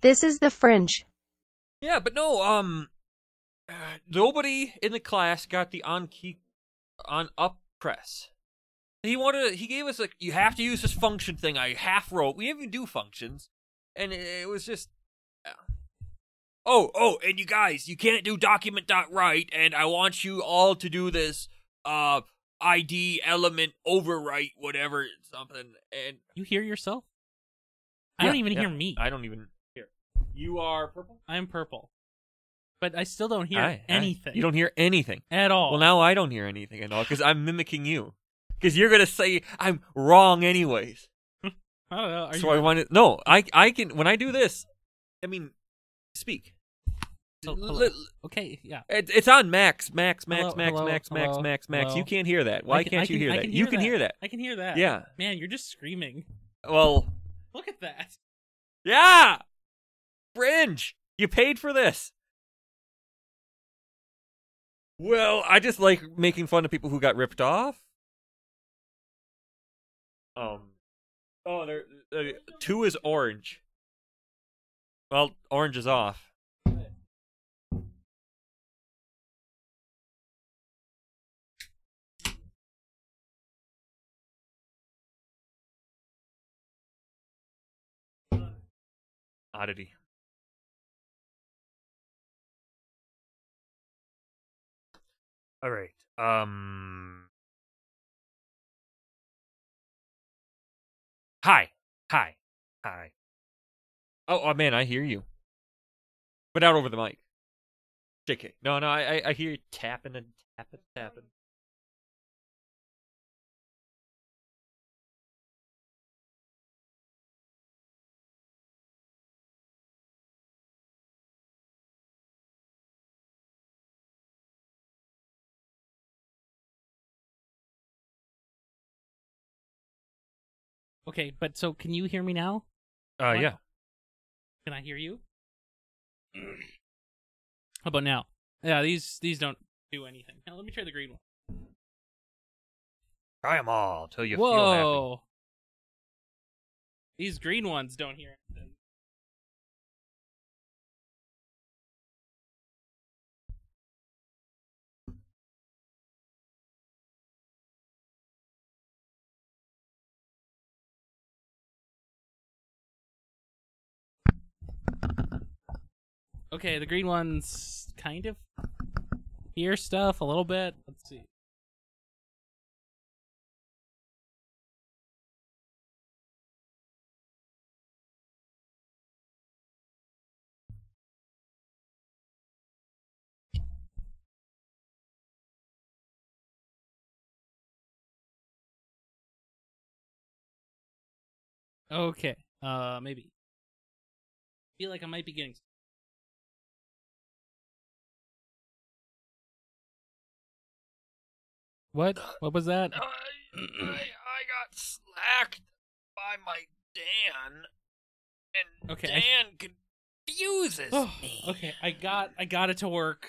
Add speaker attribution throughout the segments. Speaker 1: This is the fringe.
Speaker 2: Yeah, but no, um, uh, nobody in the class got the on key, on up press. He wanted, he gave us like, you have to use this function thing. I half wrote. We didn't even do functions, and it, it was just, uh, oh, oh, and you guys, you can't do document dot write, and I want you all to do this, uh, ID element overwrite whatever something, and
Speaker 3: You hear yourself? I don't
Speaker 2: Yeah,
Speaker 3: even
Speaker 2: yeah.
Speaker 3: hear me.
Speaker 2: I don't even hear. You are purple.
Speaker 3: I, am purple, but I still don't hear
Speaker 2: Aye, aye.
Speaker 3: anything.
Speaker 2: You don't hear anything.
Speaker 3: at all.
Speaker 2: Well, now I don't hear anything at all because I'm mimicking you. Because you're gonna say I'm wrong anyways.
Speaker 3: I don't know. Oh, Are
Speaker 2: so
Speaker 3: you
Speaker 2: I want to. No, I I can when I do this. I mean, speak.
Speaker 3: Oh,
Speaker 2: L-
Speaker 3: hello.
Speaker 2: l-
Speaker 3: okay? Yeah.
Speaker 2: it- it's on Max, Max, Max,
Speaker 3: Hello,
Speaker 2: Max,
Speaker 3: hello,
Speaker 2: Max, Max,
Speaker 3: hello,
Speaker 2: Max, Max.
Speaker 3: hello.
Speaker 2: You can't hear that.
Speaker 3: I
Speaker 2: Why
Speaker 3: can- I
Speaker 2: can't
Speaker 3: can,
Speaker 2: you hear
Speaker 3: I
Speaker 2: that?
Speaker 3: Can
Speaker 2: you can hear that.
Speaker 3: I can hear that.
Speaker 2: Yeah.
Speaker 3: Man, you're just screaming.
Speaker 2: Well,
Speaker 3: Look at that.
Speaker 2: yeah. Fringe. You paid for this. Well, I just like making fun of people who got ripped off. Um. Oh, there. Uh, two is orange. Well, orange is off. Oddity. All right. Um. Hi. Hi. Hi. Oh, oh man, I hear you. But out over the mic. JK. No, no, I I, I hear you tapping and tapping, tapping.
Speaker 3: Okay, but so can you hear me now?
Speaker 2: Uh,
Speaker 3: What?
Speaker 2: yeah.
Speaker 3: Can I hear you? How about now? Yeah, these these don't do anything. Now let me try the green one.
Speaker 2: Try them all till you feel happy.
Speaker 3: Whoa. These green ones don't hear anything. Okay, the green ones kind of hear stuff a little bit. Let's see. Okay. Uh, maybe. Feel like I might be getting. What? What was that?
Speaker 2: I, I, I got slacked by my Dan, and
Speaker 3: Okay, I-
Speaker 2: Dan confuses
Speaker 3: Oh, okay, I got I got it to work.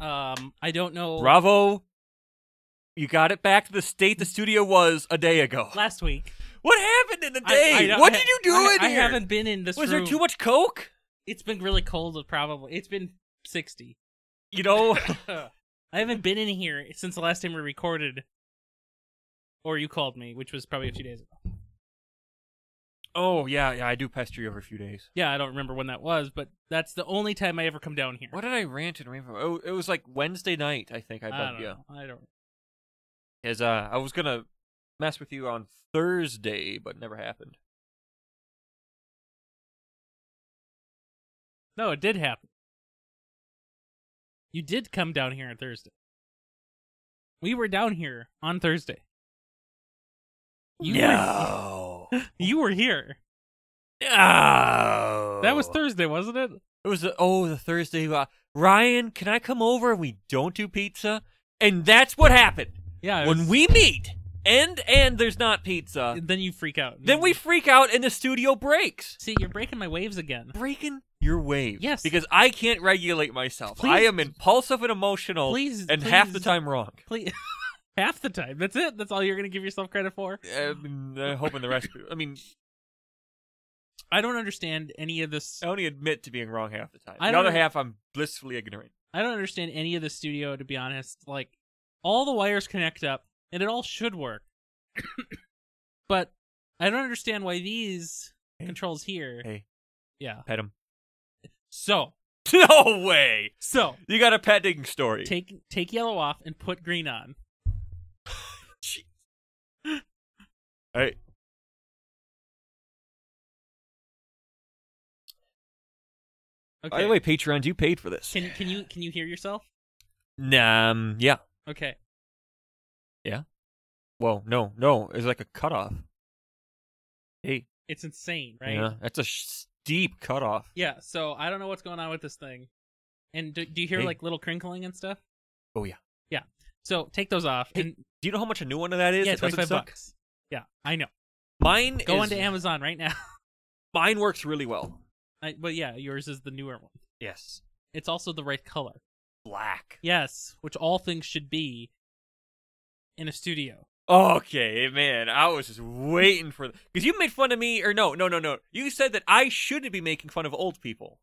Speaker 3: Um, I don't know.
Speaker 2: Bravo! You got it back to the state the studio was a day ago.
Speaker 3: Last week.
Speaker 2: What happened in the
Speaker 3: I-
Speaker 2: day?
Speaker 3: I don't-
Speaker 2: what
Speaker 3: I-
Speaker 2: did you do
Speaker 3: I,
Speaker 2: in
Speaker 3: I
Speaker 2: here?
Speaker 3: haven't been in this
Speaker 2: was
Speaker 3: room.
Speaker 2: there too much coke?
Speaker 3: It's been really cold. Probably. It's been sixty.
Speaker 2: You know,
Speaker 3: I haven't been in here since the last time we recorded, or you called me, which was probably a few days ago.
Speaker 2: Oh yeah, yeah. I do pester you every few days.
Speaker 3: Yeah, I don't remember when that was, but that's the only time I ever come down here.
Speaker 2: What did I rant and rave? Oh, it was like Wednesday night. I think I
Speaker 3: I,
Speaker 2: bugged
Speaker 3: don't
Speaker 2: you
Speaker 3: know. I don't.
Speaker 2: because uh, I was gonna mess with you on Thursday, but never happened.
Speaker 3: No, it did happen. You did come down here on Thursday. We were down here on Thursday. You
Speaker 2: no,
Speaker 3: Were, you were here.
Speaker 2: no.
Speaker 3: That was Thursday, wasn't it?
Speaker 2: It was the, oh the Thursday. Uh, Ryan, can I come over and we don't do pizza? And that's what happened.
Speaker 3: Yeah. it
Speaker 2: when
Speaker 3: was-
Speaker 2: we meet and and there's not pizza
Speaker 3: then you freak out.
Speaker 2: then we freak out and the studio breaks
Speaker 3: see you're breaking my waves again.
Speaker 2: breaking your waves
Speaker 3: Yes.
Speaker 2: because i can't regulate myself i
Speaker 3: Please-
Speaker 2: am impulsive and emotional
Speaker 3: Please-
Speaker 2: and half the
Speaker 3: please.
Speaker 2: time wrong
Speaker 3: Please. Half the time. That's it. That's all you're gonna give yourself credit for.
Speaker 2: I mean, i'm hoping the rest i mean
Speaker 3: I don't understand any of this.
Speaker 2: I only admit to being wrong half the time.
Speaker 3: I
Speaker 2: the
Speaker 3: don't
Speaker 2: other
Speaker 3: know.
Speaker 2: half, I'm blissfully ignorant.
Speaker 3: I don't understand any of the studio to be honest. Like all the wires connect up and it all should work. but I don't understand why these
Speaker 2: Hey.
Speaker 3: controls here.
Speaker 2: Hey.
Speaker 3: Yeah.
Speaker 2: Pet him.
Speaker 3: So,
Speaker 2: no way.
Speaker 3: so
Speaker 2: You got a petting story.
Speaker 3: take take yellow off and put green on.
Speaker 2: Hey.
Speaker 3: Okay.
Speaker 2: By the way, Patreons, you paid for this.
Speaker 3: can can you can you hear yourself?
Speaker 2: Um, yeah.
Speaker 3: Okay.
Speaker 2: Well, no, no. It's like a cutoff. Hey,
Speaker 3: It's insane, right?
Speaker 2: yeah, that's a sh- steep cutoff.
Speaker 3: Yeah, so I don't know what's going on with this thing. And do, do you hear
Speaker 2: Hey.
Speaker 3: like little crinkling and stuff?
Speaker 2: Oh, yeah.
Speaker 3: Yeah. So take those off.
Speaker 2: Hey,
Speaker 3: and,
Speaker 2: Do you know how much a new one of that is?
Speaker 3: yeah,
Speaker 2: It doesn't
Speaker 3: 25
Speaker 2: suck.
Speaker 3: bucks. Yeah, I know.
Speaker 2: Mine
Speaker 3: Go
Speaker 2: is,
Speaker 3: onto Amazon right now.
Speaker 2: Mine works really well.
Speaker 3: I, but yeah, yours is the newer one.
Speaker 2: Yes.
Speaker 3: It's also the right color.
Speaker 2: Black.
Speaker 3: Yes, which all things should be in a studio.
Speaker 2: Okay, man, I was just waiting for because you made fun of me, or no, no, no, no. You said that I shouldn't be making fun of old people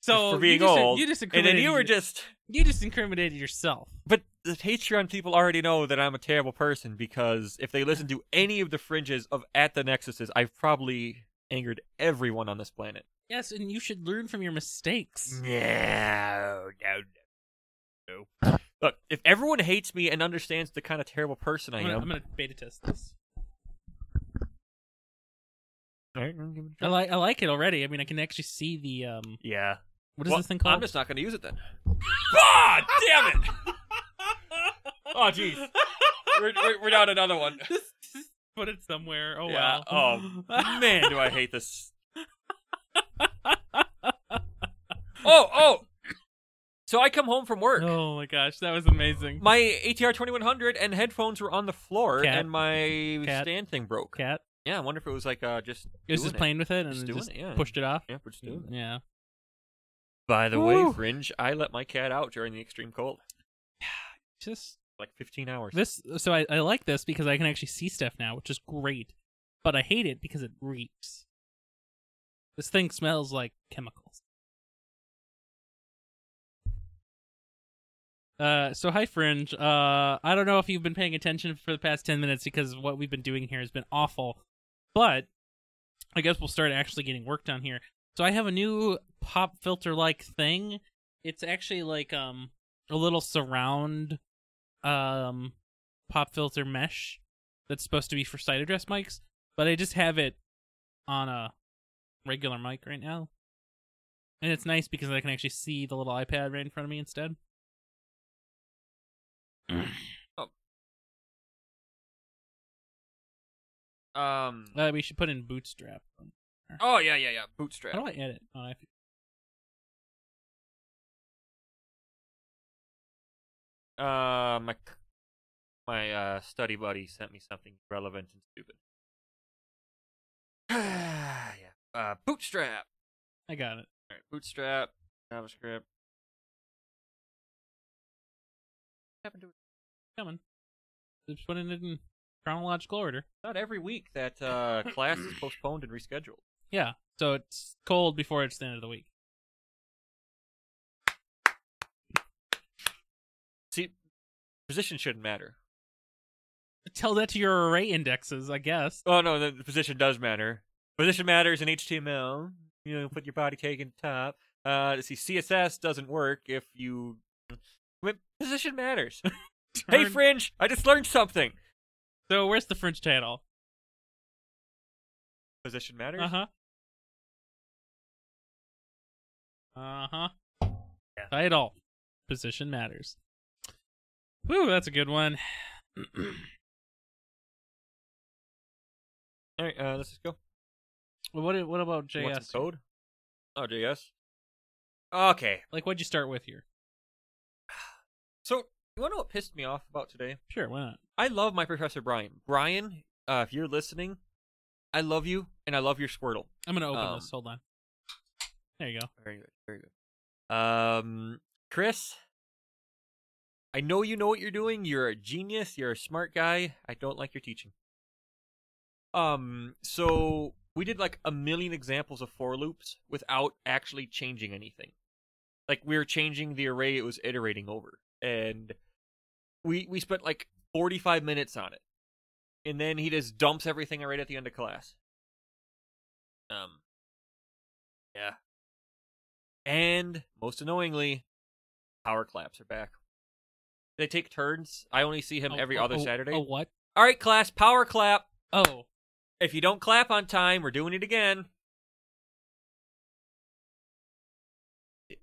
Speaker 3: So
Speaker 2: for being
Speaker 3: you just,
Speaker 2: old,
Speaker 3: you just
Speaker 2: and
Speaker 3: incriminated
Speaker 2: then you were
Speaker 3: your-
Speaker 2: just.
Speaker 3: you just incriminated yourself.
Speaker 2: But the Patreon people already know that I'm a terrible person because if they listen to any of the fringes of At the Nexuses, I've probably angered everyone on this planet.
Speaker 3: Yes, and you should learn from your
Speaker 2: Mm,
Speaker 3: mistakes.
Speaker 2: No, no, no. no. Look, if everyone hates me and understands the kind of terrible person I
Speaker 3: I'm gonna,
Speaker 2: am,
Speaker 3: I'm gonna beta test this.
Speaker 2: All right, I'm gonna-
Speaker 3: I like I like it already. I mean, I can actually see the um.
Speaker 2: yeah.
Speaker 3: What is
Speaker 2: Well,
Speaker 3: this thing called?
Speaker 2: I'm just not going to use it then. ah, damn it! Oh, jeez. We're, we're, we're down another one.
Speaker 3: just, just put it somewhere. Oh
Speaker 2: Yeah.
Speaker 3: wow.
Speaker 2: Oh, man, do I hate this. Oh, oh! So I come home from work.
Speaker 3: oh my gosh, that was amazing.
Speaker 2: My ATR 2100 and headphones were on the floor,
Speaker 3: Cat.
Speaker 2: and my
Speaker 3: Cat.
Speaker 2: stand thing broke.
Speaker 3: Cat.
Speaker 2: Yeah, I wonder if it was like uh, just.
Speaker 3: It was
Speaker 2: doing
Speaker 3: just playing with it and
Speaker 2: Just
Speaker 3: it
Speaker 2: doing
Speaker 3: just
Speaker 2: it, yeah.
Speaker 3: pushed it off.
Speaker 2: Yeah, we're just doing it.
Speaker 3: Yeah.
Speaker 2: By the
Speaker 3: Woo.
Speaker 2: way, Fringe, I let my cat out during the extreme cold.
Speaker 3: Just
Speaker 2: Like 15 hours.
Speaker 3: this so I, I like this because I can actually see stuff now, which is great. But I hate it because it reeks. This thing smells like chemicals. Uh, so hi Fringe. Uh, I don't know if you've been paying attention for the past ten minutes because what we've been doing here has been awful, but I guess we'll start actually getting work done here. So I have a new pop filter like thing. It's actually like um a little surround um pop filter mesh that's supposed to be for site address mics, but I just have it on a regular mic right now. And it's nice because I can actually see the little iPad right in front of me instead.
Speaker 2: Um.
Speaker 3: Uh, we should put in Bootstrap.
Speaker 2: Oh yeah, yeah, yeah.
Speaker 3: How
Speaker 2: Bootstrap.
Speaker 3: do I edit? Oh, I...
Speaker 2: Uh, my c- my uh study buddy sent me something relevant and stupid. yeah. Uh, Bootstrap.
Speaker 3: I got it.
Speaker 2: All right, Bootstrap, JavaScript. What happened to it?
Speaker 3: Coming. Just putting it in chronological order.
Speaker 2: Not every week that uh class is postponed and rescheduled.
Speaker 3: Yeah. So it's cold before it's the end of the week.
Speaker 2: See, position shouldn't matter.
Speaker 3: Tell that to your array indexes, I guess.
Speaker 2: Oh no, the, the position does matter. Position matters in HTML. You know, put your body cake in top. Uh, let's see, CSS doesn't work if you. Wait, Position matters. hey,
Speaker 3: Turn-
Speaker 2: Fringe, I just learned something.
Speaker 3: So where's the French title?
Speaker 2: Position matters.
Speaker 3: Uh huh. Uh huh.
Speaker 2: Yeah.
Speaker 3: Title. Position matters. Whew, that's a good one.
Speaker 2: All right, uh, let's just go.
Speaker 3: what i- What about
Speaker 2: You Want
Speaker 3: JS?
Speaker 2: some code? Oh, JS. Okay,
Speaker 3: Like, what'd you start with here?
Speaker 2: so you want to know what pissed me off about today?
Speaker 3: Sure, why not?
Speaker 2: I love my professor Brian. Brian, uh, if you're listening, I love you and I love your Squirtle.
Speaker 3: I'm gonna open
Speaker 2: Um,
Speaker 3: this. Hold on. There you go.
Speaker 2: Very good. Very good. Um, Chris, I know you know what you're doing. You're a genius. You're a smart guy. I don't like your teaching. Um, so we did like a million examples of for loops without actually changing anything. Like we were changing the array it was iterating over, and we we spent like forty five minutes on it, and then he just dumps everything right at the end of class. Um. Yeah. And most annoyingly, power claps are back. They take turns. I only see him
Speaker 3: A-
Speaker 2: every
Speaker 3: a-
Speaker 2: other
Speaker 3: a-
Speaker 2: Saturday.
Speaker 3: A oh, what?
Speaker 2: All right, class, power clap.
Speaker 3: Oh,
Speaker 2: If you don't clap on time, we're doing it again. I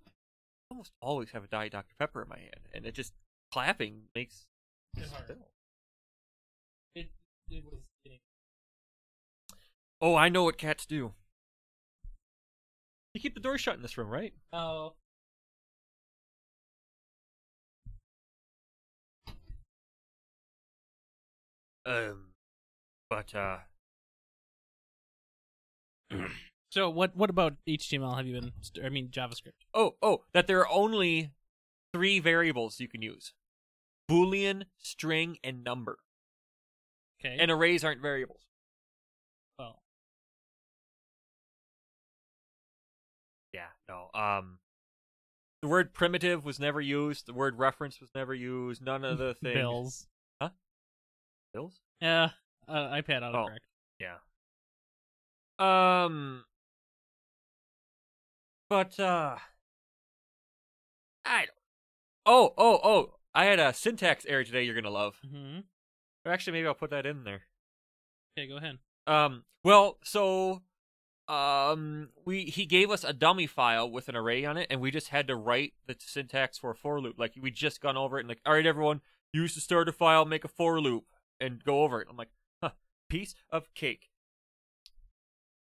Speaker 2: almost always have a Diet Dr. Pepper in my hand, and it just clapping makes.
Speaker 3: It's hard. It, it was getting
Speaker 2: Oh, I know what cats do. You keep the door shut in this room, right?
Speaker 3: Oh.
Speaker 2: Um, but uh,
Speaker 3: So what what about HTML have you been st- I mean JavaScript.
Speaker 2: oh, oh, that there are only three variables you can use: Boolean, string, and number.
Speaker 3: Okay.
Speaker 2: And arrays aren't variables.
Speaker 3: well,
Speaker 2: Yeah, no. Um the word primitive was never used, the word reference was never used, none of the things.
Speaker 3: bills.
Speaker 2: Bills?
Speaker 3: Yeah. Uh, iPad autocorrect.
Speaker 2: Um But uh I don't Oh, oh, oh. I had a syntax error today you're going to love.
Speaker 3: Mm-hmm.
Speaker 2: Or actually maybe I'll put that in there.
Speaker 3: Okay, go ahead.
Speaker 2: Um well, so um we he gave us a dummy file with an array on it and we just had to write the syntax for a for loop. Like we just gone over it and like, all right everyone, use the starter file, make a for loop and go over it. I'm like, huh, piece of cake.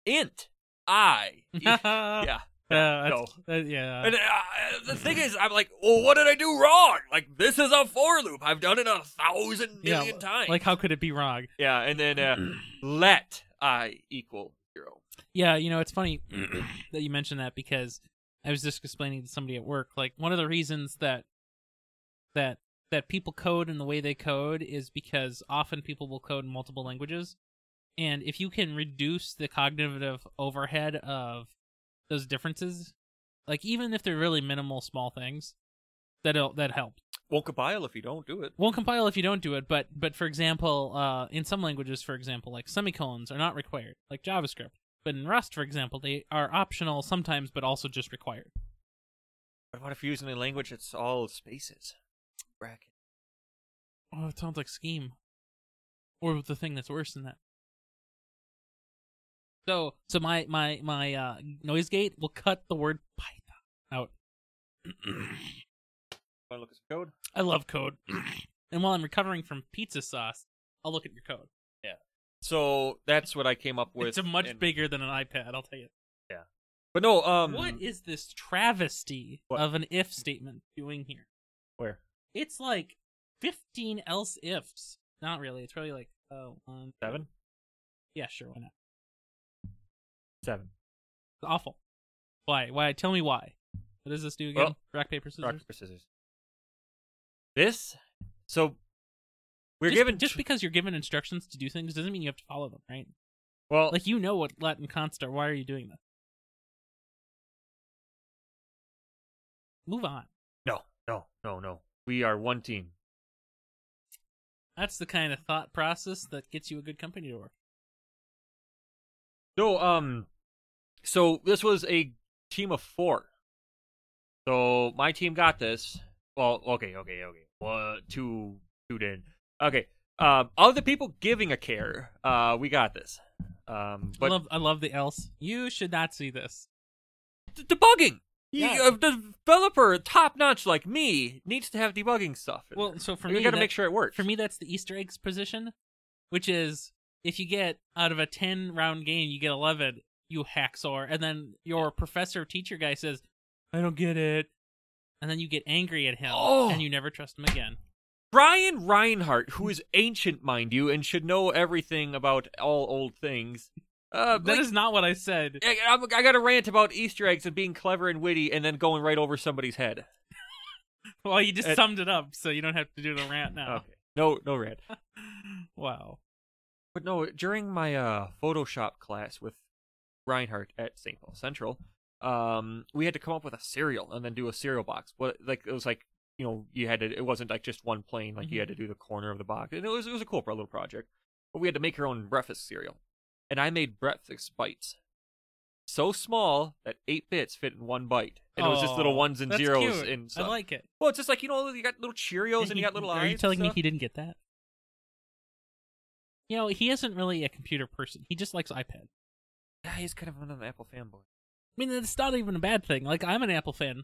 Speaker 2: Int I Yeah.
Speaker 3: Uh,
Speaker 2: no.
Speaker 3: that's- uh, yeah.
Speaker 2: And uh, the thing is, I'm like, well, what did I do wrong? Like, this is a for loop. I've done it a thousand
Speaker 3: Yeah,
Speaker 2: million times.
Speaker 3: Like how could it be wrong?
Speaker 2: yeah, and then uh, let I equal zero.
Speaker 3: Yeah, you know, it's funny that you mentioned that because I was just explaining to somebody at work like one of the reasons that that that people code in the way they code is because often people will code in multiple languages. And if you can reduce the cognitive overhead of those differences, like even if they're really minimal small things, that'll that helps
Speaker 2: Won't compile if you don't do it.
Speaker 3: won't compile if you don't do it but but for example uh in some languages for example like semicolons are not required like javascript but in rust for example they are optional sometimes but also just required
Speaker 2: But what if you're using a language that's all spaces? Bracket.
Speaker 3: oh it sounds like scheme or the thing that's worse than that so so my my my uh noise gate will cut the word python out
Speaker 2: Want to look at some code?
Speaker 3: i love code and while i'm recovering from pizza sauce i'll look at your code
Speaker 2: So that's what I came up with.
Speaker 3: it's a much
Speaker 2: and-
Speaker 3: bigger than an ipad i'll tell you
Speaker 2: But no, um,
Speaker 3: what is this travesty
Speaker 2: What?
Speaker 3: of an if statement doing here?
Speaker 2: Where?
Speaker 3: It's like 15 else ifs. Not really. It's really like, oh, um,
Speaker 2: Seven.
Speaker 3: yeah, sure, why not?
Speaker 2: Seven.
Speaker 3: It's awful. Why? Why? Tell me why. What does this do again?
Speaker 2: Well,
Speaker 3: Rock, paper, scissors?
Speaker 2: Rock paper scissors. This. So we're
Speaker 3: just,
Speaker 2: given
Speaker 3: just
Speaker 2: tw-
Speaker 3: because you're given instructions to do things doesn't mean you have to follow them, right?
Speaker 2: well,
Speaker 3: Like you know what Latin const are. Why are you doing this? Move on.
Speaker 2: no, no, no, no. We are one team.
Speaker 3: That's the kind of thought process that gets you a good company to work.
Speaker 2: No, um, so this was a team of four. So my team got this. Well, okay, okay, okay. One, two, two did. Okay. Um, of the people giving a care, uh, we got this. Um,
Speaker 3: I
Speaker 2: but
Speaker 3: love I love the else. You should not see this.
Speaker 2: d- debugging. You-
Speaker 3: Yeah.
Speaker 2: a developer, top notch like me, needs to have debugging stuff. in
Speaker 3: Well,
Speaker 2: there.
Speaker 3: so for
Speaker 2: you
Speaker 3: me,
Speaker 2: gotta
Speaker 3: that-
Speaker 2: make sure it works.
Speaker 3: For me, that's the Easter eggs position, which is if you get out of a ten round game, you get eleven, you hacksaw, and then your professor teacher guy says, "I don't get it," and then you get angry at him,
Speaker 2: Oh.
Speaker 3: and you never trust him again.
Speaker 2: Brian Reinhardt, who is ancient, mind you, and should know everything about all old things. Uh,
Speaker 3: That is
Speaker 2: like,
Speaker 3: not what I said.
Speaker 2: I, I'm- I got a rant about Easter eggs and being clever and witty, and then going right over somebody's head.
Speaker 3: Well, you just
Speaker 2: it-
Speaker 3: summed it up, so you don't have to do the rant now.
Speaker 2: Okay, no, no rant.
Speaker 3: Wow.
Speaker 2: But no, during my uh, Photoshop class with Reinhardt at St. Paul Central, um, we had to come up with a cereal and then do a cereal box. What like it was like you know you had to it wasn't like just one plane
Speaker 3: Mm-hmm.
Speaker 2: like you had to do the corner of the box and it was it was a cool pro- little project, but we had to make our own breakfast cereal, and I made breakfast bites. So small that eight bits fit in one bite, and it was just little
Speaker 3: Aw,
Speaker 2: ones and
Speaker 3: that's
Speaker 2: zeros
Speaker 3: cute.
Speaker 2: and
Speaker 3: I
Speaker 2: stuff.
Speaker 3: like it.
Speaker 2: well, it's just like you know you got little Cheerios and you got little
Speaker 3: Are
Speaker 2: eyes.
Speaker 3: you
Speaker 2: and
Speaker 3: telling me
Speaker 2: stuff.
Speaker 3: he didn't get that? You know, he isn't really a computer person. He just likes iPad.
Speaker 2: Yeah, he's kind of an Apple fanboy.
Speaker 3: I mean, it's not even a bad thing. Like, I'm an Apple fan.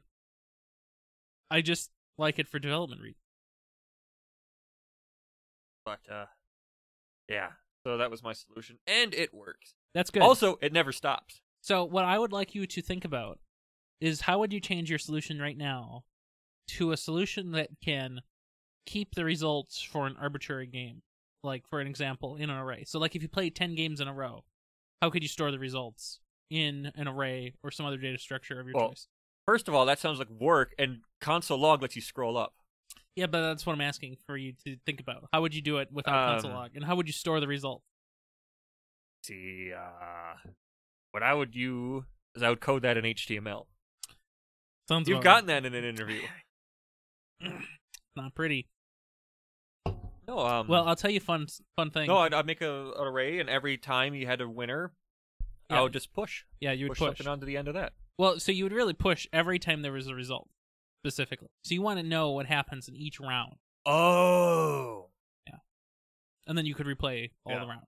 Speaker 3: I just like it for development reasons.
Speaker 2: But uh, yeah. So that was my solution, and it works.
Speaker 3: That's good.
Speaker 2: Also, it never stops.
Speaker 3: so, what I would like you to think about is how would you change your solution right now to a solution that can keep the results for an arbitrary game? Like, for an example, in an array. So, like, if you play 10 games in a row, how could you store the results in an array or some other data structure of your
Speaker 2: Well,
Speaker 3: choice?
Speaker 2: First of all, that sounds like work, and console log lets you scroll up.
Speaker 3: Yeah, but that's what I'm asking for you to think about. How would you do it without console
Speaker 2: Um,
Speaker 3: log, and how would you store the result?
Speaker 2: See, uh, what I would do is I would code that in HTML.
Speaker 3: Sounds
Speaker 2: You've
Speaker 3: about
Speaker 2: gotten that in an interview.
Speaker 3: right. not pretty.
Speaker 2: No, um,
Speaker 3: Well, um, I'll tell you fun fun thing.
Speaker 2: no, I'd, I'd make a, an array, and every time you had a winner,
Speaker 3: Yeah.
Speaker 2: I would just push,
Speaker 3: yeah, you would
Speaker 2: push,
Speaker 3: push.
Speaker 2: something onto the end of that.
Speaker 3: Well, so you would really push every time there was a result specifically. So you want to know what happens in each round,
Speaker 2: Oh,
Speaker 3: and then you could replay all
Speaker 2: Yeah.
Speaker 3: the round.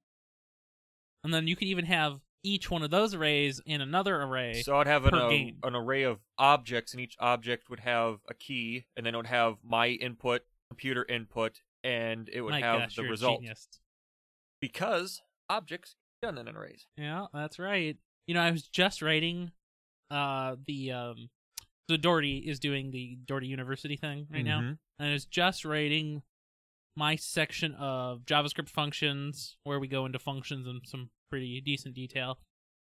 Speaker 3: And then you could even have each one of those arrays in another array.
Speaker 2: so I'd have an,
Speaker 3: Per
Speaker 2: a-
Speaker 3: game.
Speaker 2: an array of objects, and each object would have a key, and then it would have my input, computer input, and it would
Speaker 3: My
Speaker 2: have
Speaker 3: gosh,
Speaker 2: the
Speaker 3: you're a
Speaker 2: result
Speaker 3: genius.
Speaker 2: because objects done in arrays.
Speaker 3: Yeah, that's right. You know, I was just writing uh the um so Doherty is doing the Doherty University thing
Speaker 2: Mm-hmm.
Speaker 3: right now. And I was just writing my section of JavaScript functions where we go into functions in some pretty decent detail.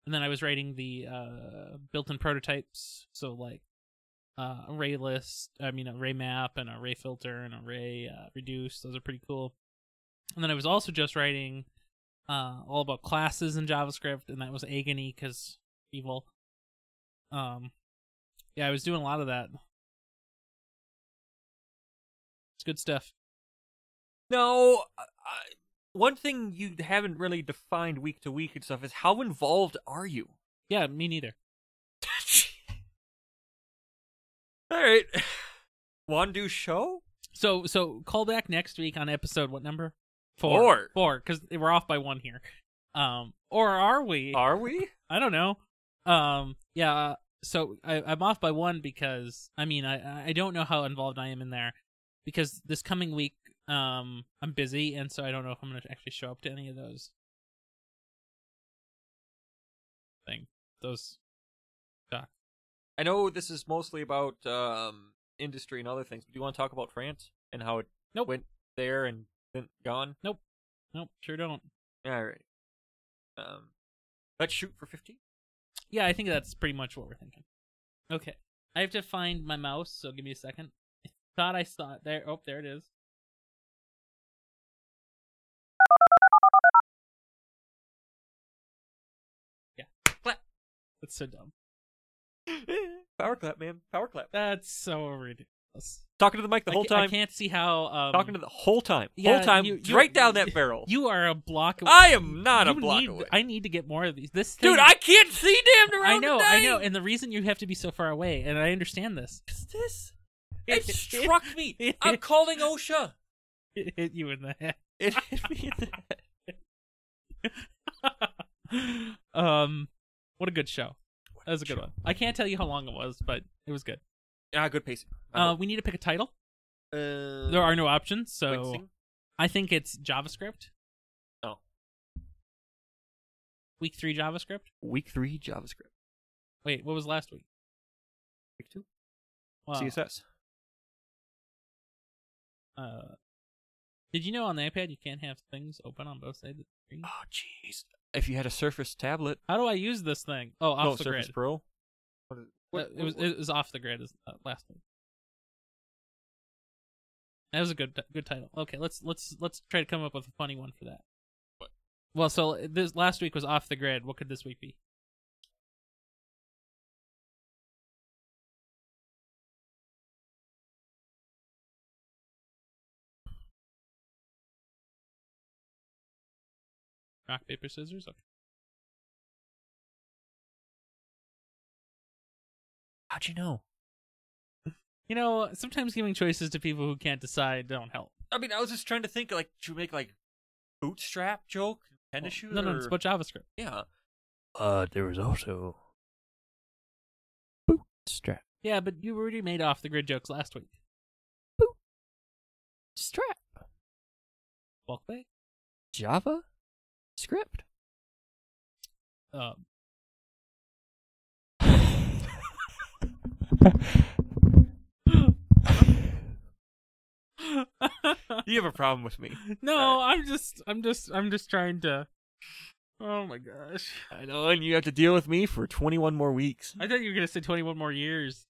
Speaker 3: And then I was writing the uh built in prototypes, so like uh array list I mean array map and array filter and array uh, reduce, those are pretty cool. And then I was also just writing uh, all about classes in JavaScript, and that was agony because evil. Um, yeah, I was doing a lot of that. It's good stuff.
Speaker 2: No, I, I- one thing you haven't really defined week to week and stuff is how involved are you?
Speaker 3: Yeah, me neither.
Speaker 2: All right, want to do show?
Speaker 3: So, so call back next week on episode what number? Four.
Speaker 2: Four.
Speaker 3: Four, because we're off by one here. Um, or are we?
Speaker 2: Are we?
Speaker 3: I don't know. Um, yeah. uh, So I, I'm off by one because I mean I I don't know how involved I am in there because this coming week um I'm busy and so I don't know if I'm gonna actually show up to any of those thing those
Speaker 2: I know this is mostly about um, industry and other things, but do you want to talk about France and how it
Speaker 3: Nope.
Speaker 2: went there and then gone?
Speaker 3: nope sure don't
Speaker 2: All right. Um, let's shoot for fifteen.
Speaker 3: yeah I think that's pretty much what we're thinking okay I have to find my mouse so give me a second I thought I saw it there oh there it is that's so dumb
Speaker 2: Power clap, man. Power clap.
Speaker 3: that's so ridiculous.
Speaker 2: Talking to the mic the
Speaker 3: I
Speaker 2: whole
Speaker 3: ca-
Speaker 2: time.
Speaker 3: I can't see how. Um,
Speaker 2: Talking to the whole time.
Speaker 3: yeah,
Speaker 2: whole time.
Speaker 3: you- you-
Speaker 2: right down that barrel.
Speaker 3: you are a block. away.
Speaker 2: I am not a
Speaker 3: You
Speaker 2: block
Speaker 3: need-
Speaker 2: away.
Speaker 3: I need to get more of these. This
Speaker 2: Dude,
Speaker 3: thing-
Speaker 2: I can't see damn around
Speaker 3: I know,
Speaker 2: the
Speaker 3: I know,
Speaker 2: day.
Speaker 3: and the reason you have to be so far away, and I understand this.
Speaker 2: What's this? It struck me. I'm
Speaker 3: I'm
Speaker 2: calling OSHA.
Speaker 3: It hit you in the head.
Speaker 2: It hit me in the-
Speaker 3: um, what a good show. That was a good one. I can't tell you how long it was, but it was good.
Speaker 2: Ah, good pacing.
Speaker 3: Uh, we need to pick a title.
Speaker 2: Uh,
Speaker 3: There are no options, so
Speaker 2: mixing?
Speaker 3: I think it's JavaScript.
Speaker 2: Oh.
Speaker 3: Week three JavaScript.
Speaker 2: Week three JavaScript.
Speaker 3: Wait, what was last week?
Speaker 2: Week two
Speaker 3: Wow.
Speaker 2: CSS.
Speaker 3: Uh, did you know on the iPad you can't have things open on both sides of the screen?
Speaker 2: Oh jeez. If you had a Surface tablet,
Speaker 3: How do I use this thing? Oh, off
Speaker 2: no
Speaker 3: the
Speaker 2: Surface
Speaker 3: grid.
Speaker 2: Pro. What is-
Speaker 3: Uh, it was it was off the grid is- uh, last week. That was a good good title. Okay, let's let's let's try to come up with a funny one for that. uh,
Speaker 2: What?
Speaker 3: Well, so this last week was off the grid. What could this week be? Rock, paper, scissors. Okay.
Speaker 2: How'd you know?
Speaker 3: You know, sometimes giving choices to people who can't decide don't help.
Speaker 2: I mean, I was just trying to think. Like, should we make like bootstrap joke, tennis shoe?
Speaker 3: no, no,
Speaker 2: or...
Speaker 3: it's about JavaScript.
Speaker 2: yeah.
Speaker 1: Uh, there was also bootstrap.
Speaker 3: Yeah, but you already made off the grid jokes last week.
Speaker 1: Strap.
Speaker 3: Bulk pay?
Speaker 1: Java script.
Speaker 3: Um,
Speaker 2: You have a problem with me.
Speaker 3: no, I'm just, I'm just, I'm just trying to. Oh my gosh!
Speaker 2: I know, and you have to deal with me for 21 more weeks.
Speaker 3: I thought you were gonna say 21 more years.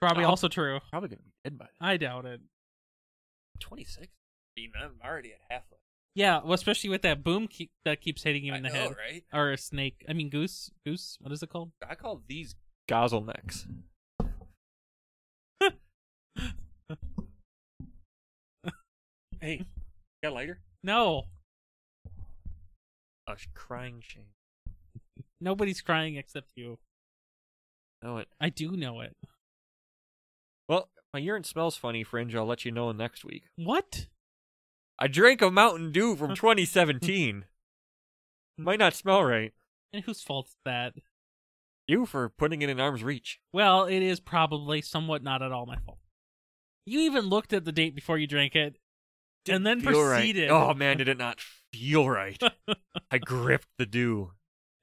Speaker 3: Probably
Speaker 2: Oh.
Speaker 3: also true.
Speaker 2: Probably gonna be dead by then.
Speaker 3: I doubt it.
Speaker 2: 26. I mean, I'm already at halfway.
Speaker 3: Yeah, well, especially with that boom keep, that keeps hitting you
Speaker 2: I
Speaker 3: in the
Speaker 2: know,
Speaker 3: head,
Speaker 2: right?
Speaker 3: or a snake. I mean, goose, goose. What is it called?
Speaker 2: I call these gozzle necks. hey, you got a lighter?
Speaker 3: No,
Speaker 2: A sh- crying shame.
Speaker 3: nobody's crying except you.
Speaker 2: Know it.
Speaker 3: I do know it.
Speaker 2: Well, my urine smells funny, Fringe. I'll let you know next week.
Speaker 3: What?
Speaker 2: I drank a Mountain Dew from 2017. Might not smell right.
Speaker 3: And whose fault's that?
Speaker 2: You for putting it in arm's reach.
Speaker 3: Well, it is probably somewhat not at all my fault. You even looked at the date before you drank it, and then
Speaker 2: Feel right.
Speaker 3: proceeded.
Speaker 2: Oh man, did it not feel right? I gripped the dew,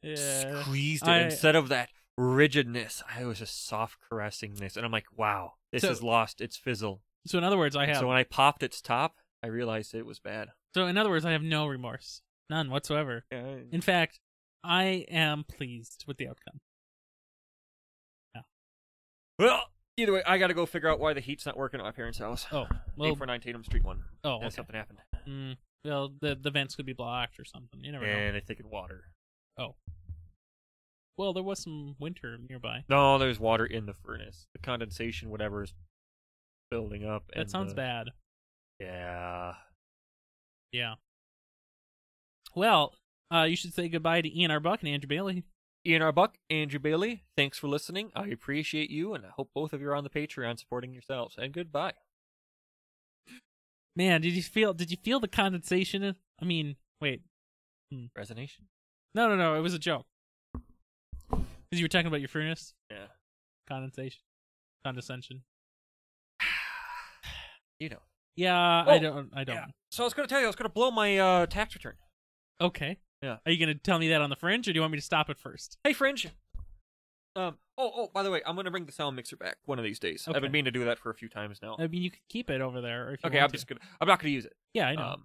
Speaker 3: Yeah.
Speaker 2: squeezed it
Speaker 3: I-
Speaker 2: instead of that rigidness. I was just soft caressing this, and I'm like, wow, this
Speaker 3: So-
Speaker 2: has lost its fizzle.
Speaker 3: So in other words, I
Speaker 2: And
Speaker 3: have.
Speaker 2: So
Speaker 3: So,
Speaker 2: when I popped its top, I realized it was bad.
Speaker 3: in other words, I have no remorse, none whatsoever. In fact, I am pleased with the outcome.
Speaker 2: Well, either way, I got to go figure out why the heat's not working at my parents' house.
Speaker 3: Oh, well,
Speaker 2: Eight four nine Tatum Street one.
Speaker 3: oh,
Speaker 2: And
Speaker 3: okay.
Speaker 2: something happened,
Speaker 3: Mm, well, the the vents could be blocked or something. You never know. Oh.
Speaker 2: and I think it water.
Speaker 3: Well, there was some winter nearby.
Speaker 2: No, there's water in the furnace. The condensation, whatever, is building up.
Speaker 3: That
Speaker 2: and uh,
Speaker 3: sounds
Speaker 2: the-
Speaker 3: bad.
Speaker 2: Yeah.
Speaker 3: Yeah. Well, uh, you should say goodbye to Ian Arbuck and Andrew Bailey.
Speaker 2: Ian Arbuck, Andrew Bailey, thanks for listening. I appreciate you, and I hope both of you are on the Patreon supporting yourselves. And goodbye.
Speaker 3: Man, did you feel? Did you feel the condensation? I mean, wait,
Speaker 2: Resonation?
Speaker 3: no, no, no. It was a joke. Because you were talking about your furnace
Speaker 2: Yeah.
Speaker 3: condensation, condescension.
Speaker 2: You know.
Speaker 3: Yeah,
Speaker 2: Oh,
Speaker 3: I don't. I don't.
Speaker 2: yeah. So I was going to tell you, I was going to blow my uh, tax return.
Speaker 3: Okay.
Speaker 2: Yeah.
Speaker 3: Are you gonna tell me that on the fringe, or do you want me to stop it first?
Speaker 2: Hey, Fringe. Um. Oh, oh, by the way, I'm going to bring the sound mixer back one of these days. I've
Speaker 3: Okay.
Speaker 2: been meaning to do that for a few times now.
Speaker 3: I mean, you could keep it over there. Or if you
Speaker 2: okay,
Speaker 3: want
Speaker 2: I'm
Speaker 3: to.
Speaker 2: just going to. I'm not going to use it.
Speaker 3: Yeah, I know.
Speaker 2: Um,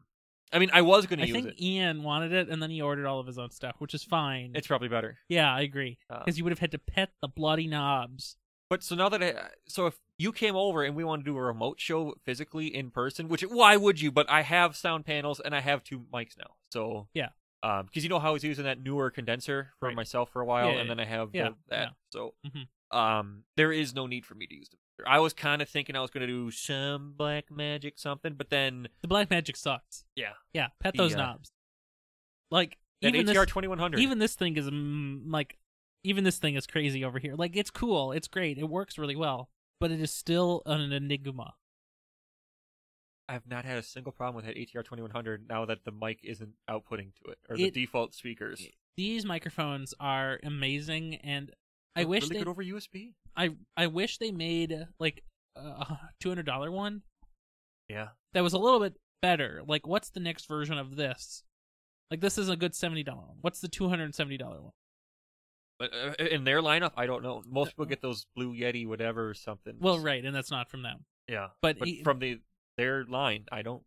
Speaker 2: I mean, I was going to
Speaker 3: I
Speaker 2: use
Speaker 3: think
Speaker 2: it.
Speaker 3: Ian wanted it, and then he ordered all of his own stuff, which is fine.
Speaker 2: It's probably better.
Speaker 3: yeah, I agree.
Speaker 2: Um,
Speaker 3: Because you would have had to pet the bloody knobs.
Speaker 2: But so now that I, so if you came over and we want to do a remote show physically in person, which why would you? But I have sound panels and I have two mics now, so
Speaker 3: Yeah.
Speaker 2: because you know how I was using that newer condenser for
Speaker 3: Right.
Speaker 2: myself for a while,
Speaker 3: Yeah, yeah,
Speaker 2: and then I have the-
Speaker 3: yeah,
Speaker 2: that.
Speaker 3: yeah.
Speaker 2: So
Speaker 3: Mhm.
Speaker 2: um, there is no need for me to use them. I was kind of thinking I was going to do some black magic something, but then
Speaker 3: The black magic sucks.
Speaker 2: yeah,
Speaker 3: Yeah, pet those
Speaker 2: Yeah.
Speaker 3: knobs. Like
Speaker 2: uh, that
Speaker 3: even
Speaker 2: ATR
Speaker 3: this,
Speaker 2: twenty one hundred.
Speaker 3: even this thing is mm, like even this thing is crazy over here. Like it's cool, it's great, it works really well, but it is still an enigma.
Speaker 2: I've not had a single problem with that ATR twenty one hundred now that the mic isn't outputting to it or the
Speaker 3: It-
Speaker 2: default speakers.
Speaker 3: These microphones are amazing, and I
Speaker 2: They're
Speaker 3: wish
Speaker 2: really
Speaker 3: they
Speaker 2: good over USB.
Speaker 3: I I wish they made like a two hundred dollar one
Speaker 2: Yeah.
Speaker 3: that was a little bit better. Like, what's the next version of this? Like, this is a good seventy dollar one. What's the two hundred and seventy dollar one?
Speaker 2: But uh, in their lineup, I don't know. Most people get those Blue Yeti, whatever, or something.
Speaker 3: Well, right, and that's not from them.
Speaker 2: Yeah.
Speaker 3: But,
Speaker 2: But
Speaker 3: e-
Speaker 2: from the their line, I don't.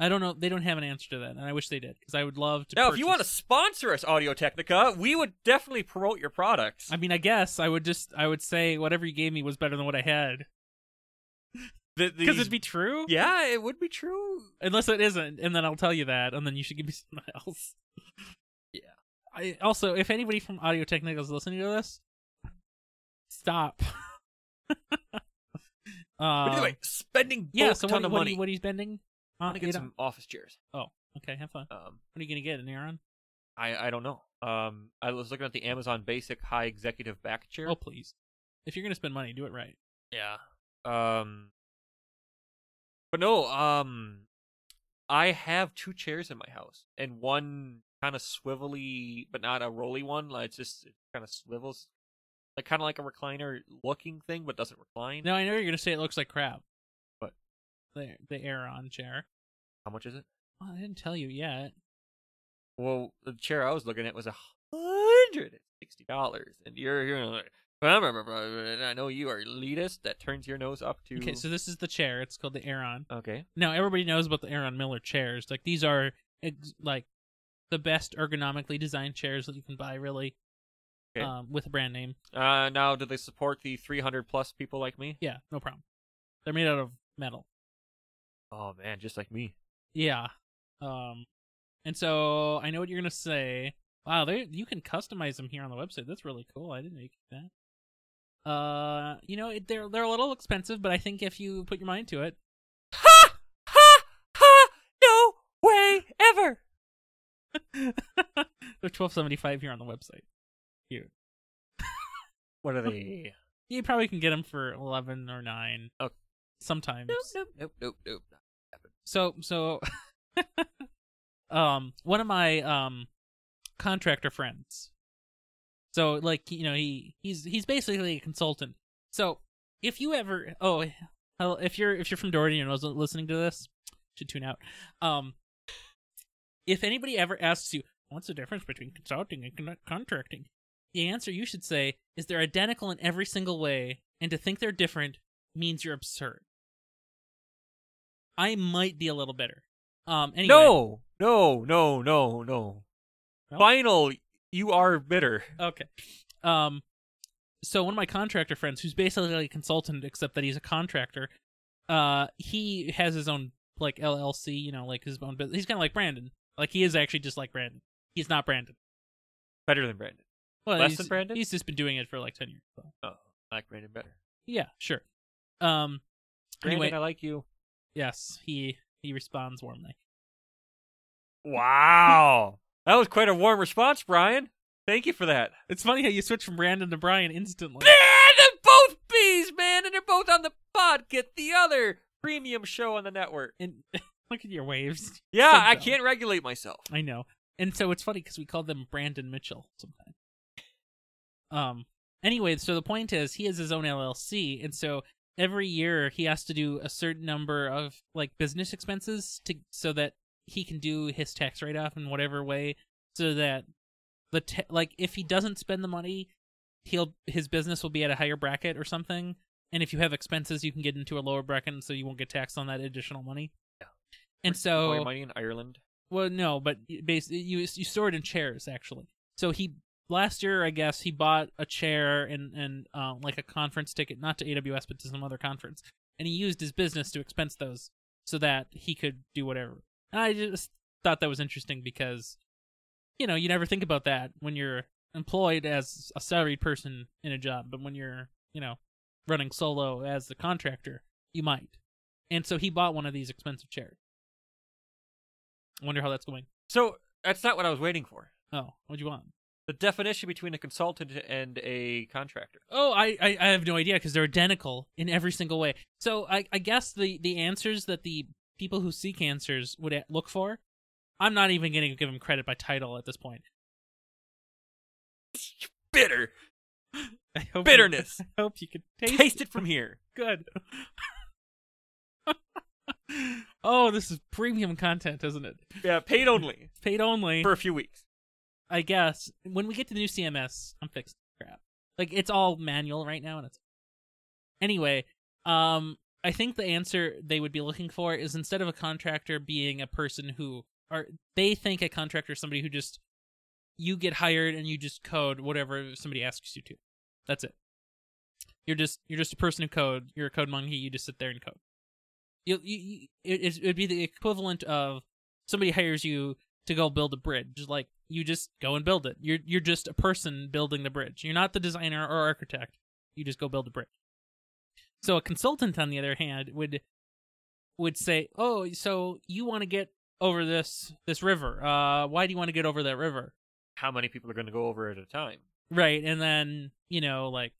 Speaker 3: I don't know. They don't have an answer to that, and I wish they did because I would love to.
Speaker 2: Now, if you want to
Speaker 3: purchase-
Speaker 2: sponsor us, Audio Technica, we would definitely promote your products.
Speaker 3: I mean, I guess I would just I would say whatever you gave me was better than what I had
Speaker 2: Because
Speaker 3: because it'd be true.
Speaker 2: Yeah, it would be true.
Speaker 3: Unless it isn't, and then I'll tell you that, and then you should give me something else.
Speaker 2: Yeah.
Speaker 3: I also, if anybody from Audio Technica is listening to this, stop. uh,
Speaker 2: but anyway, spending
Speaker 3: yeah.
Speaker 2: bulk
Speaker 3: So
Speaker 2: ton
Speaker 3: what,
Speaker 2: of
Speaker 3: what, are
Speaker 2: money.
Speaker 3: you, what are you spending?
Speaker 2: I'm
Speaker 3: Uh,
Speaker 2: gonna get
Speaker 3: eight-
Speaker 2: some office chairs.
Speaker 3: Oh, okay. Have fun.
Speaker 2: Um,
Speaker 3: What are you gonna get? An Aeron?
Speaker 2: I I don't know. Um, I was looking at the Amazon Basic High Executive Back Chair.
Speaker 3: Oh, please. If you're going to spend money, do it right.
Speaker 2: Yeah. Um. But no. Um. I have two chairs in my house, and one kind of swivelly, but not a rolly one. Like it's just it kind of swivels, like kind of like a recliner looking thing, but doesn't recline.
Speaker 3: Now, I know you're going to say it looks like crap.
Speaker 2: What?
Speaker 3: The, the Aeron chair.
Speaker 2: How much is it?
Speaker 3: Well, I didn't tell you yet.
Speaker 2: Well, the chair I was looking at was a hundred and sixty dollars, and you're you're like, "Blah, blah, blah, blah," and I know you are elitist that turns your nose up to.
Speaker 3: Okay, so this is the chair. It's called the Aeron.
Speaker 2: okay,
Speaker 3: Now, everybody knows about the Aeron Miller chairs. Like, these are, ex- like, the best ergonomically designed chairs that you can buy, really,
Speaker 2: Okay.
Speaker 3: um, with a brand name.
Speaker 2: uh, now do they support the three hundred plus people like me?
Speaker 3: Yeah, no problem. They're made out of metal.
Speaker 2: Oh man, just like me.
Speaker 3: Yeah. Um, and so I know what you're gonna say. Wow, they you can customize them here on the website. That's really cool. I didn't make that. Uh, you know it, they're they're a little expensive, but I think if you put your mind to it,
Speaker 2: Ha ha ha! No way ever.
Speaker 3: they're twelve seventy five here on the website.
Speaker 2: What are they?
Speaker 3: You probably can get them for eleven or nine.
Speaker 2: Oh.
Speaker 3: sometimes.
Speaker 2: nope, nope, nope, nope, nope.
Speaker 3: So so, um, one of my um contractor friends. So like you know he he's he's basically a consultant. So if you ever oh hell, if you're if you're from Doherty and was listening to this, should tune out. Um, if anybody ever asks you what's the difference between consulting and con- contracting, the answer you should say is they're identical in every single way, and to think they're different means you're absurd. I might be a little bitter. Um, anyway,
Speaker 2: No, no, no, no, no.
Speaker 3: No?
Speaker 2: Final, you are bitter.
Speaker 3: Okay. Um, so one of my contractor friends, who's basically like a consultant, except that he's a contractor, uh, he has his own like LLC, you know, like his own business. He's kind of like Brandon. Like he is actually just like Brandon. He's not Brandon.
Speaker 2: Better than Brandon.
Speaker 3: Well,
Speaker 2: Less
Speaker 3: he's,
Speaker 2: than Brandon?
Speaker 3: He's just been doing it for like ten years. So.
Speaker 2: Oh, I like Brandon better.
Speaker 3: Yeah, sure. Um,
Speaker 2: Brandon,
Speaker 3: anyway,
Speaker 2: I like you.
Speaker 3: yes, he he responds warmly.
Speaker 2: Wow. that was quite a warm response, Brian. Thank you for that.
Speaker 3: It's funny how you switch from Brandon to Brian instantly.
Speaker 2: Man, they're both bees, man, and they're both on the pod. Get the other premium show on the network.
Speaker 3: and look at your waves.
Speaker 2: Yeah,
Speaker 3: So
Speaker 2: I
Speaker 3: dumb.
Speaker 2: can't regulate myself.
Speaker 3: I know. And so it's funny because we call them Brandon Mitchell sometimes. Um. Anyway, so the point is, he has his own LLC, and so every year he has to do a certain number of like business expenses to so that he can do his tax write off in whatever way, so that the ta- like if he doesn't spend the money, he'll his business will be at a higher bracket or something, and if you have expenses, you can get into a lower bracket, and so you won't get taxed on that additional money.
Speaker 2: Yeah.
Speaker 3: And so
Speaker 2: Boy, money in Ireland.
Speaker 3: well, no, but basically you you store it in chairs actually. So he last year, I guess, he bought a chair and and uh, like a conference ticket, not to AWS but to some other conference, and he used his business to expense those so that he could do whatever. And I just thought that was interesting because, you know, you never think about that when you're employed as a salaried person in a job, but when you're you know running solo as the contractor, you might. And so he bought one of these expensive chairs. Wonder how that's going.
Speaker 2: So that's not what I was waiting for.
Speaker 3: Oh, what do you want?
Speaker 2: The definition between a consultant and a contractor.
Speaker 3: Oh, I I, I have no idea because they're identical in every single way. So I I guess the the answers that the people who seek answers would a- look for, I'm not even going to give them credit by title at this point.
Speaker 2: Bitter.
Speaker 3: I hope
Speaker 2: Bitterness.
Speaker 3: I hope you could taste,
Speaker 2: Taste it from here.
Speaker 3: good. oh, this is premium content, isn't it?
Speaker 2: Yeah, paid only
Speaker 3: Paid only.
Speaker 2: for a few weeks.
Speaker 3: I guess when we get to the new CMS, I'm fixing the crap. Like it's all manual right now, and it's anyway. Um, I think the answer they would be looking for is instead of a contractor being a person who are they think a contractor is somebody who just you get hired and you just code whatever somebody asks you to. That's it. You're just you're just a person who code. You're a code monkey. You just sit there and code. You you, you it it would be the equivalent of somebody hires you to go build a bridge. Like you just go and build it. You're you're just a person building the bridge. You're not the designer or architect. You just go build a bridge. So a consultant, on the other hand, would would say, "Oh, so you want to get over this this river? Uh, why do you want to get over that river?
Speaker 2: how many people are going to go over at a time.
Speaker 3: right and then you know like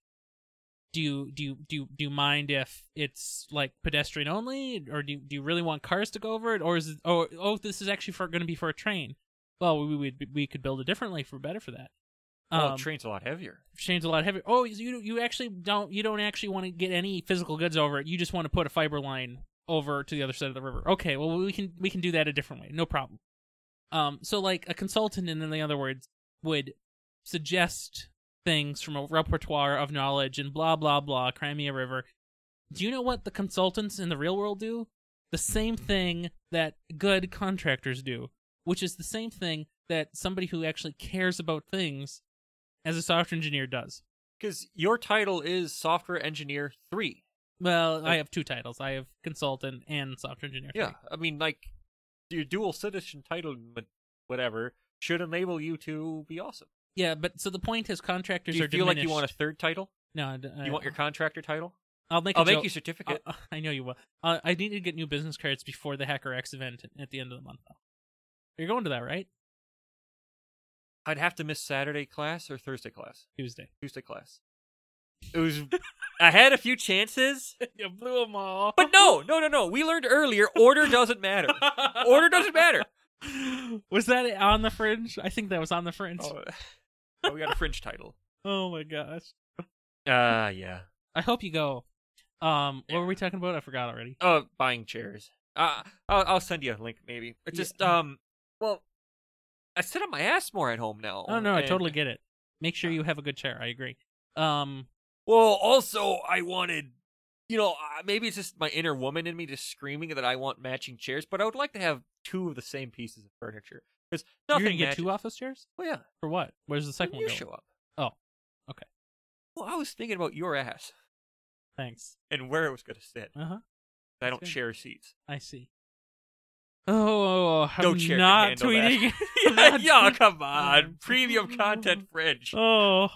Speaker 3: do you do you do you, do you mind if it's like pedestrian only or do you, do you really want cars to go over it or is it, oh oh this is actually for going to be for a train well we would we could build it differently for better for that
Speaker 2: Well,
Speaker 3: Um,
Speaker 2: train's a lot heavier.
Speaker 3: train's a lot heavier oh you you actually don't you don't actually want to get any physical goods over it you just want to put a fiber line over to the other side of the river okay well we can we can do that a different way no problem um so like a consultant in the other words would suggest things from a repertoire of knowledge and blah blah blah crimea river do you know what the consultants in the real world do the same thing that good contractors do which is the same thing that somebody who actually cares about things as a software engineer does
Speaker 2: Because your title is Software Engineer 3.
Speaker 3: well i have two titles i have consultant and software engineer
Speaker 2: Yeah, I mean, like, your dual citizen title, but whatever, should enable you to be awesome.
Speaker 3: yeah but so the point is contractors
Speaker 2: Do you
Speaker 3: are
Speaker 2: feel like you
Speaker 3: diminished.
Speaker 2: want a third title?
Speaker 3: no I d-
Speaker 2: you want your contractor title?
Speaker 3: i'll make a
Speaker 2: I'll make
Speaker 3: joke.
Speaker 2: you certificate.
Speaker 3: Uh, I know you will. Uh, I need to get new business cards before the Hacker X event at the end of the month. Though. You're going to that, right?
Speaker 2: I'd have to miss Saturday class or Thursday class,
Speaker 3: Tuesday.
Speaker 2: Tuesday class. It was. I had a few chances,
Speaker 3: you blew them all.
Speaker 2: but no, no, no, no. We learned earlier order doesn't matter. Order doesn't matter.
Speaker 3: Was that on the fringe? I think that was on the fringe. Oh,
Speaker 2: Oh, oh, we got a fringe title.
Speaker 3: my gosh.
Speaker 2: Uh, yeah.
Speaker 3: I hope you go. Um, what were we talking about? I forgot already.
Speaker 2: Uh, buying chairs. Uh, I'll, I'll send you a link maybe. It's
Speaker 3: Yeah.
Speaker 2: just um, well, I sit on my ass more at home now.
Speaker 3: Oh no, I
Speaker 2: and-
Speaker 3: totally get it. Make sure you have a good chair. I agree. Um,
Speaker 2: Well, also I wanted, you know, uh, maybe it's just my inner woman in me just screaming that I want matching chairs, but I would like to have two of the same pieces of furniture because
Speaker 3: you're
Speaker 2: nothing
Speaker 3: gonna get
Speaker 2: matches.
Speaker 3: two office chairs
Speaker 2: Well, yeah,
Speaker 3: for what? Where's the second
Speaker 2: when
Speaker 3: one
Speaker 2: you
Speaker 3: going?
Speaker 2: show up.
Speaker 3: Oh, okay.
Speaker 2: Well, I was thinking about your ass
Speaker 3: Thanks.
Speaker 2: and where it was going to sit.
Speaker 3: Uh huh.
Speaker 2: I
Speaker 3: that's
Speaker 2: don't
Speaker 3: good.
Speaker 2: share seats.
Speaker 3: I see. Oh, I'm
Speaker 2: No chair can
Speaker 3: not
Speaker 2: handle
Speaker 3: tweeting.
Speaker 2: that.
Speaker 3: I'm not
Speaker 2: yeah,
Speaker 3: tweeting.
Speaker 2: come on, premium content fringe.
Speaker 3: Oh,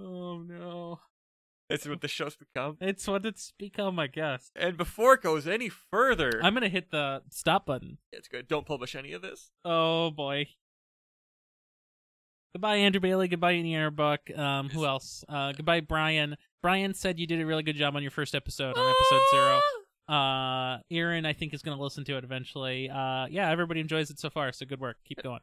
Speaker 3: oh no!
Speaker 2: That's what the show's become.
Speaker 3: It's what it's become, I guess.
Speaker 2: And before it goes any further,
Speaker 3: I'm gonna hit the stop button.
Speaker 2: it's good. Don't publish any of this.
Speaker 3: Oh boy. Goodbye, Andrew Bailey. Goodbye, Ian Buck. Um, who else? Uh, goodbye, Brian. Brian said you did a really good job on your first episode
Speaker 2: Ah!
Speaker 3: on episode zero. Uh, Aaron, I think is gonna listen to it eventually. Uh, yeah, everybody enjoys it so far, so good work. Keep going.